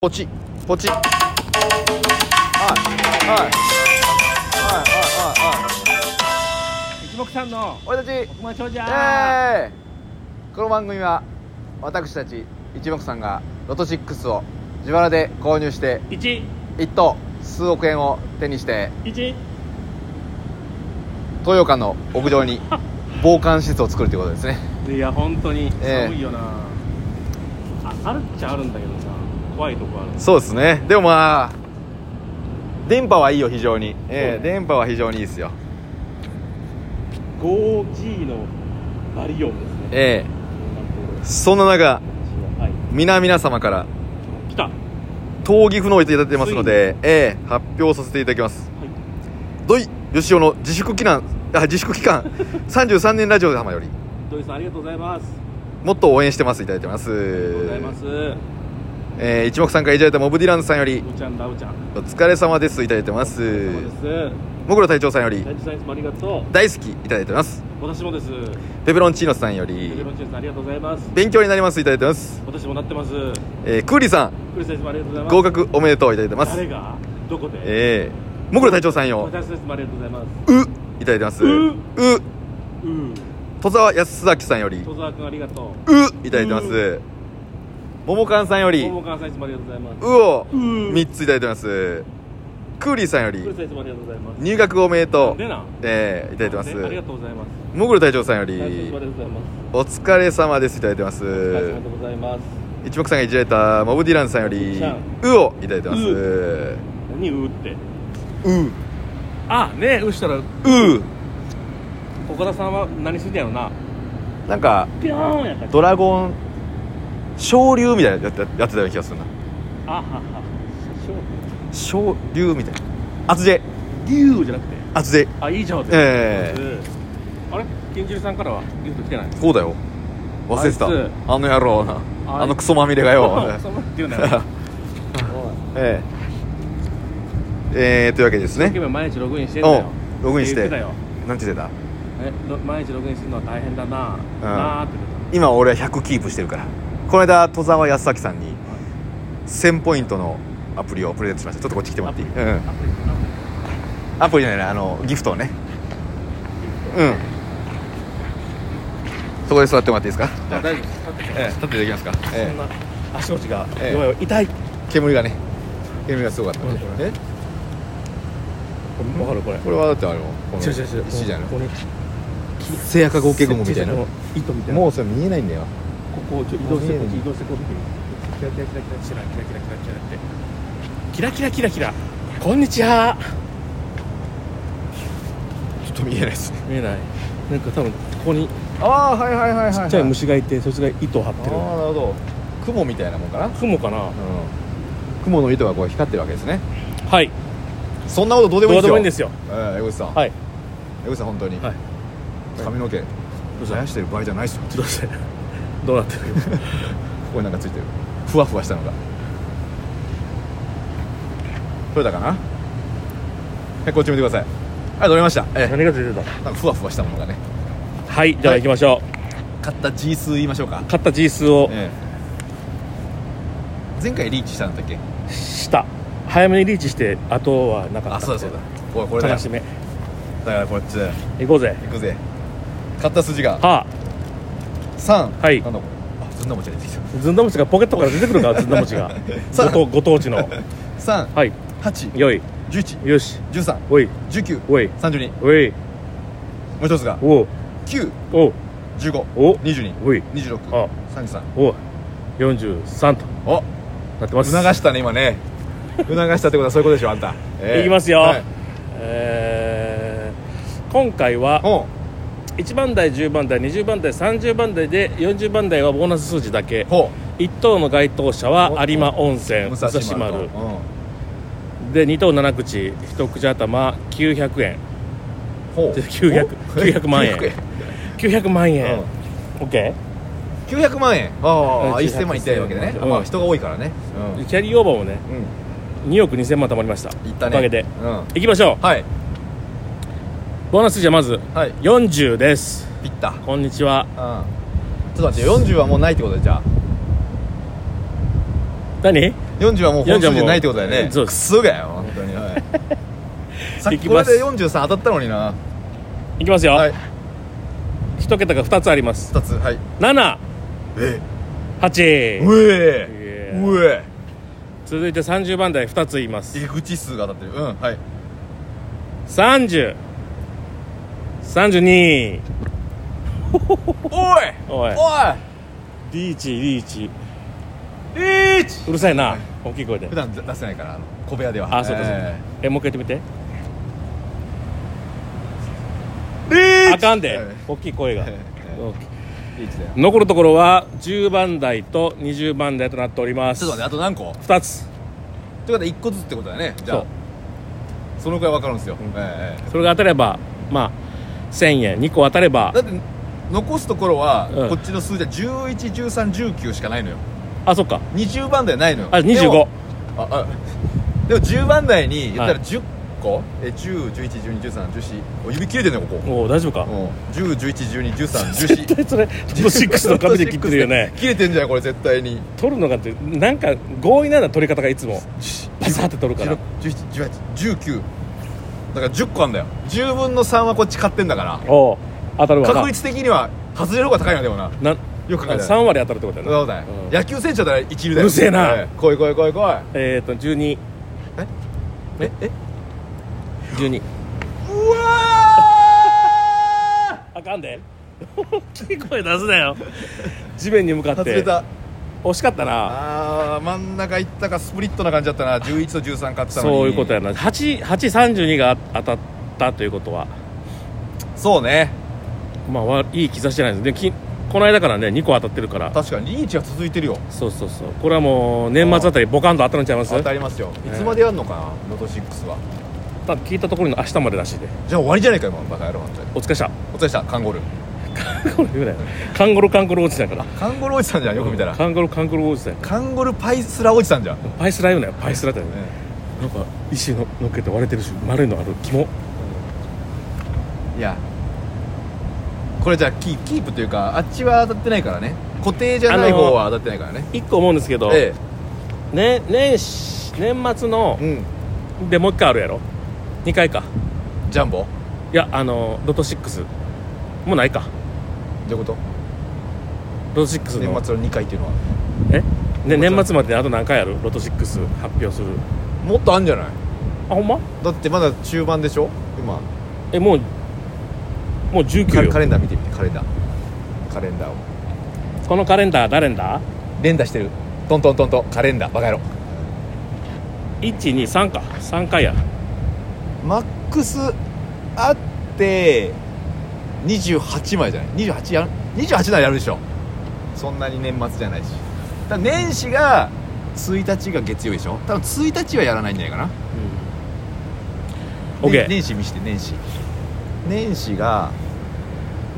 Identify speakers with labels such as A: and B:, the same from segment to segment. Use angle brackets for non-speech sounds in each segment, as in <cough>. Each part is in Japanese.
A: ポチポチはいはいはいはいはい
B: 一目散の
A: 俺たち
B: 億万長者
A: えー、この番組は私たち一目さんがロト6を自腹で購入して
B: 一
A: 一等数億円を手にして
B: 一
A: 東洋館の屋上 <laughs> に防寒施設を作るということですね
B: いや本当に
A: ええ
B: 寒いよな、ああるっちゃあるんだけどさ怖いとこある
A: そうですねでもまあ電波はいいよ非常に、
B: ええ電
A: 波は非常にいいですよ
B: 5G のバリオンですね
A: ええそんな中
B: はい
A: 皆皆様から
B: 来たは
A: 闘技不能いただいてますの
B: つ
A: で、ええ発表させていただきます
B: い
A: 土井善雄の自粛期間あ自粛期間
B: <laughs>
A: 33年ラジオ様より
B: 土井さんありがとうございます
A: もっと応援してますいただいてます
B: ありがとうございます
A: えー一目散会いただいたモブディランさんより
B: おちゃんラオちゃん
A: お疲れ様ですいただいてます
B: そうです
A: もぐろ隊長さんより
B: 大地さんいつもありがとう
A: 大好きいただいてます
B: 私もです
A: ペペロンチーノさんよ
B: ペペ
A: り
B: ロンチーノさんありがとうございます
A: 勉強になりますいただいてます、
B: 私もなってます
A: えー、クーリーさん
B: クリスさんいつもありがとうございます
A: 合格おめでとういただいてます
B: 誰がどこで
A: えー、もぐろ隊長さんよ
B: 私ですもありがとうございます
A: ういただいてます
B: う
A: う
B: うん
A: 戸沢康明さんより
B: 戸沢君ありがと
A: ういただいてますももかんさんよ
B: う
A: り
B: 桃
A: う
B: 川さんいつもありがとうございます
A: を
B: う
A: 3ついただいてますクーリーさんよ
B: クリ
A: り
B: スさんいつもありがとうございます
A: 入学おめでと
B: で
A: う
B: な
A: えー、いただいてま
B: でありが
A: す
B: とうございます
A: もぐろ隊長さんよ
B: 大地さんいつ
A: り
B: もありがとうございます
A: お疲れ様ですいただいてま
B: 大地さ
A: す
B: んありがとうございます
A: 一目さんがいじられたモブディランさんより
B: ちゃん
A: うをいただいてますう
B: 何うって
A: う
B: あねうしたら
A: う
B: 岡田さんは何するんやろな
A: なんか
B: ピョーンやったっけ
A: ドラゴン昇竜みたいなやつやってたような気がするな
B: あはは
A: 昇竜みたいな厚手
B: 竜じゃなくて
A: 厚手
B: あいいじゃん
A: ええ
B: あれ金汁さんからはギフト来てない
A: そうだよ忘れてた
B: あいつ
A: あの野郎な
B: あい
A: あのクソまみれがよ
B: <laughs> そんなって言うなよ
A: <laughs> えええー、というわけです
B: 一生懸
A: ね
B: 命毎日ログインしてんだよ
A: うんログインして
B: 言ってたよ
A: なんて言ってた
B: えろ毎日ログインするのは大変だな、なーって言って
A: 今俺は100キープしてるからこの間戸沢康明さんに1000ポイントのアプリをプレゼントしましたちょっとこっち来てもらっていい、うん、
B: たアプリかな
A: アプリじゃないなあのギフトをねうんそこで座ってもらっていいですかじゃあ
B: 大丈夫です立ってて
A: ええ立っていただけますか、
B: そ
A: え
B: んな足腰が
A: ええ
B: 弱いわ痛い
A: え煙がね煙がすごかったね
B: こ
A: え
B: わかるこれ
A: これはだってあのこの
B: 違う違う違う
A: 石じゃない
B: ここに
A: セアカ合金具みたいな
B: こう糸みたいな
A: もうそれ見えないんだよ
B: ここをちょっと移動して
A: も
B: こ
A: う見えない
B: っち移動してこう見てキラキラキラキラキラキラキラキラキラってキラキラキラキラこんにちは
A: ちょっと見えないですね
B: 見えないなんか多分ここに
A: ああはいはいはいはい、
B: ちっちゃい虫がいてそいつが糸を張っ
A: ああ
B: て
A: なる
B: る
A: ほど雲みたいなもんかな
B: 雲かな
A: うん雲の糸がこう光ってるわけですね
B: はい
A: そんなことどうでもいいう
B: どでもいいんですすよ
A: よええ江口さん
B: はい
A: 江口さん本当に
B: はい
A: 髪の毛
B: うした
A: 生やしてる場合じゃないですよ
B: どうしてどうなってる
A: ここになんかついてるふわふわしたのがトヨタかなえこっち見てくださいありがとうございましたえ
B: 何が出て
A: えなんかふわふわしたものがね
B: たはいじゃあ行きましょう、
A: 買った G 数言いましょうか
B: 買った G 数を
A: ええ前回リーチしたんだっけ
B: した早めにリーチしてあとはなかった
A: あそうだそうだおいこれだよ
B: 悲しめ
A: だからこっちだよ
B: 行こうぜ
A: 行くぜ買った筋が
B: あ
A: 3
B: はい
A: なんだこれあずんだ餅が出てきた
B: ずんだ餅がポケットから出てく
A: <laughs>
B: るのかずんだ餅が
A: さあ
B: ご当ご当地の
A: 3
B: はい
A: 8
B: よい
A: 11
B: よし
A: 13
B: おい
A: 19
B: おい
A: 32も
B: おいう
A: 一つが
B: おう
A: 9
B: おう
A: 15
B: お
A: 22
B: おい
A: 26
B: あ
A: 33
B: おう43と
A: お
B: なってます
A: 促したね今ね促したってことはそういうことでしょあ
B: <laughs>
A: んた、ええ
B: いきますよ、
A: はい
B: えー今回は
A: おう
B: 1番台10番台20番台30番台で40番台はボーナス数字だけ
A: ほ
B: 1等の該当者は有馬温
A: う
B: 泉武蔵
A: と
B: 丸で2等7口1口頭900円
A: うんほう
B: で900 900万円900万円 OK
A: 九百万円ああ
B: うん
A: 1000万いったわけでね、
B: うん
A: あまあ人が多いからね
B: でキャリーオーバーもね
A: うん、
B: 2億2000万貯まりました
A: いったね
B: おかげで
A: うん
B: いきましょ
A: はいう
B: ボーナス数字はまず
A: はい
B: 40です
A: ピッタ
B: こんにちは
A: うんちょっと待って40はもうないってことでじゃあ
B: 何
A: 40はもう本数じゃないってことだよ
B: 40は
A: ね
B: もうそう
A: く
B: で
A: そがよ本当に、 <laughs> はい、さっ
B: い
A: き
B: き
A: これ
B: ます
A: で43当たったのにない
B: きますよ、
A: はい
B: 一桁が二つあります
A: 2つはい
B: 七
A: え
B: 八
A: えうえ
B: いや
A: うえ
B: 続いて三十番台二つ言います
A: 入り口数が当たってるうんはい
B: 三十三十二
A: おい
B: おい
A: お
B: リーチリーチ
A: いリーチ
B: うるさいな大きい声で
A: 普段出せないからあの小部屋では
B: あそうかそうか
A: え
B: えもう一回言ってみて
A: えリーチ
B: あかんで
A: はい
B: 大きい声が
A: ええ
B: 大きい
A: リーチだよ
B: 残るところは10番台と20番台となっております
A: ちょっと待ってあと何個
B: 2つ
A: ということは1個ずつってことだよねじゃ
B: そ
A: あ
B: う
A: そのくらい分かるんですよ、
B: ん
A: えええ
B: それが当たればまあ1000円2個当たれば
A: えだって残すところは、
B: うん
A: こっちの数字は111319しかないのよ
B: あそっか
A: 20番台ないのよ
B: あ
A: でも
B: 25
A: ああでも10番台に言った
B: は
A: ら10個、え1011121314お指切れてんのよここ
B: おお大丈夫か
A: 1011121314
B: 絶対それトップ6の紙で切ってるよ <laughs> ね
A: 切れてんじゃんこれ絶対に
B: 取るのがってなんか強引なんだ取り方がいつ <laughs> もパサって取るから
A: 16171819だから10個あんだよ10分の3はこっち買ってんだから
B: おお当たるわな
A: 確率的には外れる方が高いなでもな
B: な
A: よく考えたら
B: 3割当たるってことだ
A: そ
B: よ
A: うだ
B: ね
A: よ、
B: うん
A: 野球選手だったら一流だよ
B: うるせえな
A: え来い来い来い来
B: えっと1212
A: いええうわー
B: あかんで大きい声出すなよ地面に向かっ
A: 外
B: て
A: れた
B: 惜しかったな
A: あー真ん中いったかスプリットな感じだったな11と13買ってたのに
B: そういうことやな8832が当たったということは
A: そうね
B: まあわいい兆しじゃないですねきこの間からね2個当たってるから
A: 確かにリーチが続いてるよ
B: そうそうそうこれはもう年末あたりボカンと当たるんちゃいます
A: 当たりますよい
B: え
A: つまでやんのかなロト6は
B: ただ聞いたところに明日までらしいで
A: じゃあ終わりじゃないか今バカ野郎本当に
B: お疲れした
A: お疲れしたカンゴルー
B: これ言うなよ <laughs> カンゴロカンゴロおじさんやから
A: カンゴルおじさんじゃんよく見たら
B: カンゴロカンゴロおじさんや
A: カンゴルパイスラおじさんじゃん、ね
B: パイスラ言うなよパイスラだよねなんか石の乗っけて割れてるし丸いのある肝
A: いやこれじゃあキーキープというかあっちは当たってないからね固定じゃない方は当たってないからね
B: 一個思うんですけど、
A: え
B: ね年始年末の
A: えうん
B: でもう一回あるやろ2回か
A: ジャンボ
B: いやあのロト6もうないか
A: どういうこと
B: ロト6の
A: 年末の2回っていうのは
B: え、ね、
A: 年末
B: 年末まであと何回あるロト6発表する
A: もっとあんじゃない
B: あほんま
A: だってまだ中盤でしょ今
B: えもうもう
A: カ
B: 19
A: カ
B: よ
A: レンダー見てみてカレンダーカレンダーを
B: このカレンダー誰んだ
A: 連打してるトントントントンカレンダーバカ野郎
B: ?123 か3回や
A: マックスあって28枚じゃない28やる28ならやるでしょそんなに年末じゃないし多分年始が1日が月曜日でしょ多分1日はやらないんじゃないかな
B: うん
A: ね
B: OK
A: 年始見して年始年始が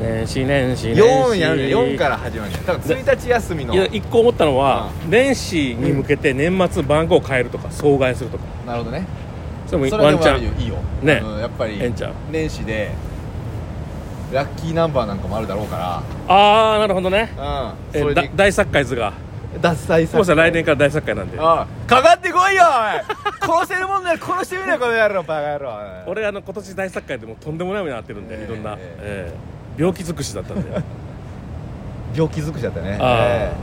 B: 年始年始
A: 4
B: 年
A: やる
B: 始
A: 4から始まるんじゃない多分1日休みの
B: いや一個思ったのは、
A: う
B: 年始に向けて年末番号変えるとか総買いするとか
A: なるほどね
B: それも
A: そ
B: ワ
A: れで
B: ン
A: も
B: チ
A: あ
B: ャ
A: る
B: ン
A: よいいよ
B: ね
A: うんやっぱり
B: ええんちゃう
A: 年始でラッキーナンバーなんかもあるだろうか
B: ああなるほどね
A: らうん
B: え
A: それ
B: だ
A: で
B: 大作家図が
A: 脱災さ
B: もうさ来年から大作家なんで
A: ああかかってこいよおい殺せるもんなら殺してみろよこの野郎バカ野郎
B: 俺あの今年大作家でもうとんでもない目に遭ってるんで、
A: ええ
B: いろんな、
A: え
B: ええ病気尽くしだったん
A: <laughs>
B: で
A: 病気づくしちゃったね
B: あ
A: え
B: あ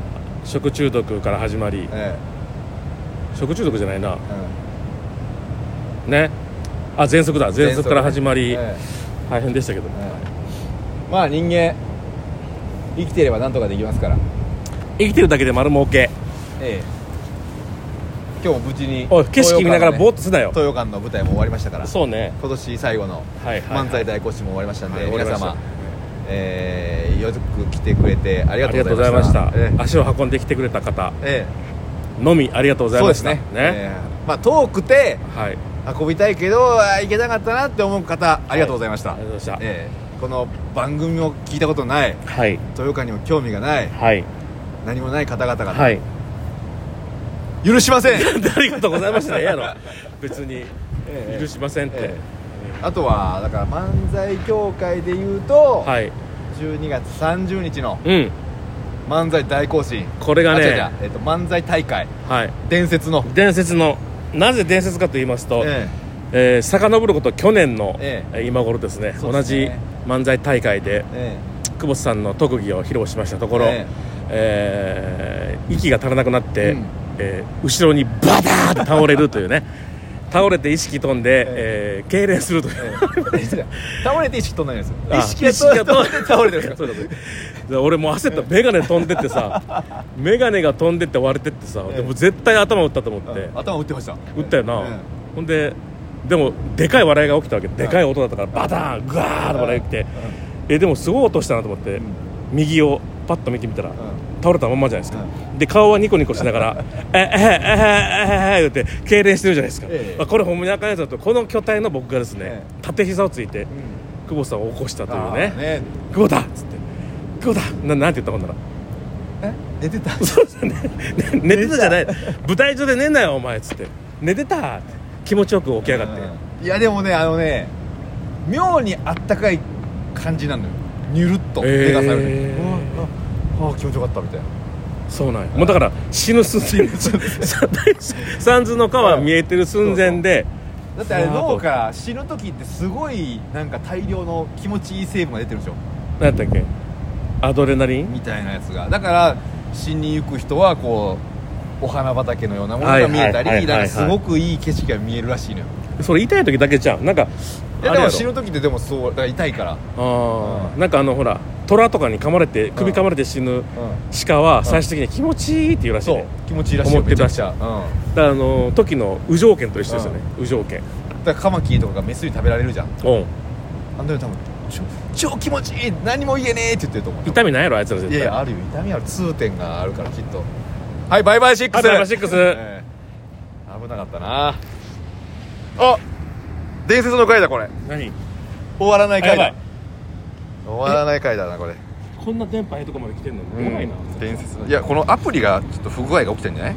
B: 食中毒から始まり
A: ええ
B: 食中毒じゃないな
A: えうん
B: ねあ喘息だ喘息から始まり、
A: ええ
B: 大変でしたけども
A: ええまあ人間生きてればなんとかできますから
B: 生きてるだけで丸儲け
A: ええ今日も無事に
B: おい景色見ながらぼーっとすなよ、
A: 東洋館の舞台も終わりましたから
B: そうね
A: 今年最後の
B: はいはい、はい、
A: 漫才大講師も終わりましたんで、
B: はい
A: 皆
B: 終
A: 様
B: わりまし、
A: えーよく来てくれてあり
B: あ
A: が
B: り
A: と
B: が
A: う
B: とう
A: ござ
B: ござ
A: い
B: い
A: ま
B: ま
A: し
B: したた
A: え
B: 足を運んできてくれた方
A: ええ
B: のみありがとうご
A: え
B: ざい
A: そう
B: ま
A: で
B: し
A: す
B: た
A: ねええまあ、遠くて
B: はい
A: 運びたいけどあー行けなかったなって思う方ありがとうございました、
B: ありがとうございまし
A: ええこの番組を聞いたことない
B: たはい
A: 豊川にも興味がない
B: はい
A: 何もない方々が、
B: はい
A: 許しま
B: <laughs>
A: せん、
B: ありがとうございましたええ
A: <laughs>
B: やろ別に
A: ええ
B: 許しませんって、
A: ええあとはだから漫才協会で言うと、
B: はい
A: 12月30日の
B: うん
A: 漫才大行進
B: これが
A: あ違う違
B: ね
A: うえっと漫才大会
B: はい
A: 伝説の
B: 伝説のなぜ伝説かと言いますと、
A: え
B: えー遡ること去年の、
A: え
B: えー今頃ですね
A: そう
B: 同
A: です
B: じ
A: ね
B: 漫才大会で
A: ええ
B: 久保田さんの特技を披露しましたところ、
A: え
B: えー息が足らなくなって、
A: うん
B: えー後ろにバターって倒れるとい
A: <laughs>
B: うね倒れて意識飛んで、えー痙攣するという、 <laughs>
A: ええ倒れて意識飛んないんですよ
B: あ
A: 意識が飛んで倒
B: <laughs>
A: れてるんです
B: そ
A: よ
B: うだそうだで俺もう焦った眼鏡飛んでっ
A: <laughs>
B: てさ眼鏡が飛んでって割れてってさ、
A: ええ
B: でも絶対頭打ったと思って、
A: うん頭打ってました
B: 打ったよな、
A: え
B: ほんででもでかい笑いが起きたわけでかい音だったからバターングワーッと笑いが起きて、えでもすごい音したなと思って、
A: ん
B: 右をパッと見てみたら、
A: ん
B: 倒れたまんまじゃないですか、で顔はニコニコしながら「ええええええええ言って痙攣してるじゃないですか、
A: ええ
B: まあ、これほんまにあかんやつだとこの巨体の僕がですね、
A: ええ
B: 縦膝をついて、
A: うん
B: 久保田さんを起こしたという
A: あ
B: ね
A: ーね
B: 「久保田!」っつって「久保田!」ななんて言ったもんなら
A: え寝てた
B: そうですね寝てたじゃない舞台上で寝んなよお前っつって寝てたって気持ちよく起き上がって、
A: うんいやでもねあのね妙にあったかい感じなのよニュルっと
B: えー
A: 目が覚めるうわうわあー気持ちよかったみたいな
B: そうなんやもうだから死ぬ寸前です三途の川見えてる寸前で
A: だってあれ
B: そうあと
A: 脳から死ぬ時ってすごいなんか大量の気持ちいい成分が出てるんですよ
B: 何だっけアドレナリン
A: みたいなやつがだから死に行く人はこうお花畑のようなものが見えた
B: はいはいはいはいはい
A: りなんかすごくいい景色が見えるらしいのよ
B: それ痛い時だけじゃんなんか
A: いやで
B: あれ
A: も
B: や
A: 死
B: ろ
A: ぬ時ってでもそうだから痛いから
B: あーなんかあのほら虎とかに噛まれて首噛まれて死ぬ
A: う
B: 鹿は最終的に気持ちいいって言うら
A: ん
B: しい
A: そ
B: ね
A: う気持ちいいらしいよ
B: 思って
A: め
B: る
A: ちゃ
B: ら
A: く
B: しい
A: ちゃうん
B: だからあの時の右条件と一緒ですよね右条件
A: だからカマキリとかがメスに食べられるじゃん
B: うん
A: あの時多分超超気持ちいい何も言えねえって言ってると思う
B: 痛みないやろあいつら絶
A: い
B: 対
A: やいやあるよ痛みある痛点があるからきっとはいバイバイシック
B: あ
A: ス
B: とシックス
A: ええ危なかったなあ伝説の回だこれ
B: 何
A: 終わらない回
B: あや
A: だ
B: ば
A: 終わらない回だなこれ
B: こんな電波ええとこまで来てんのやばいな
A: 伝説のいやこのアプリがちょっと不具合が起きてんじゃない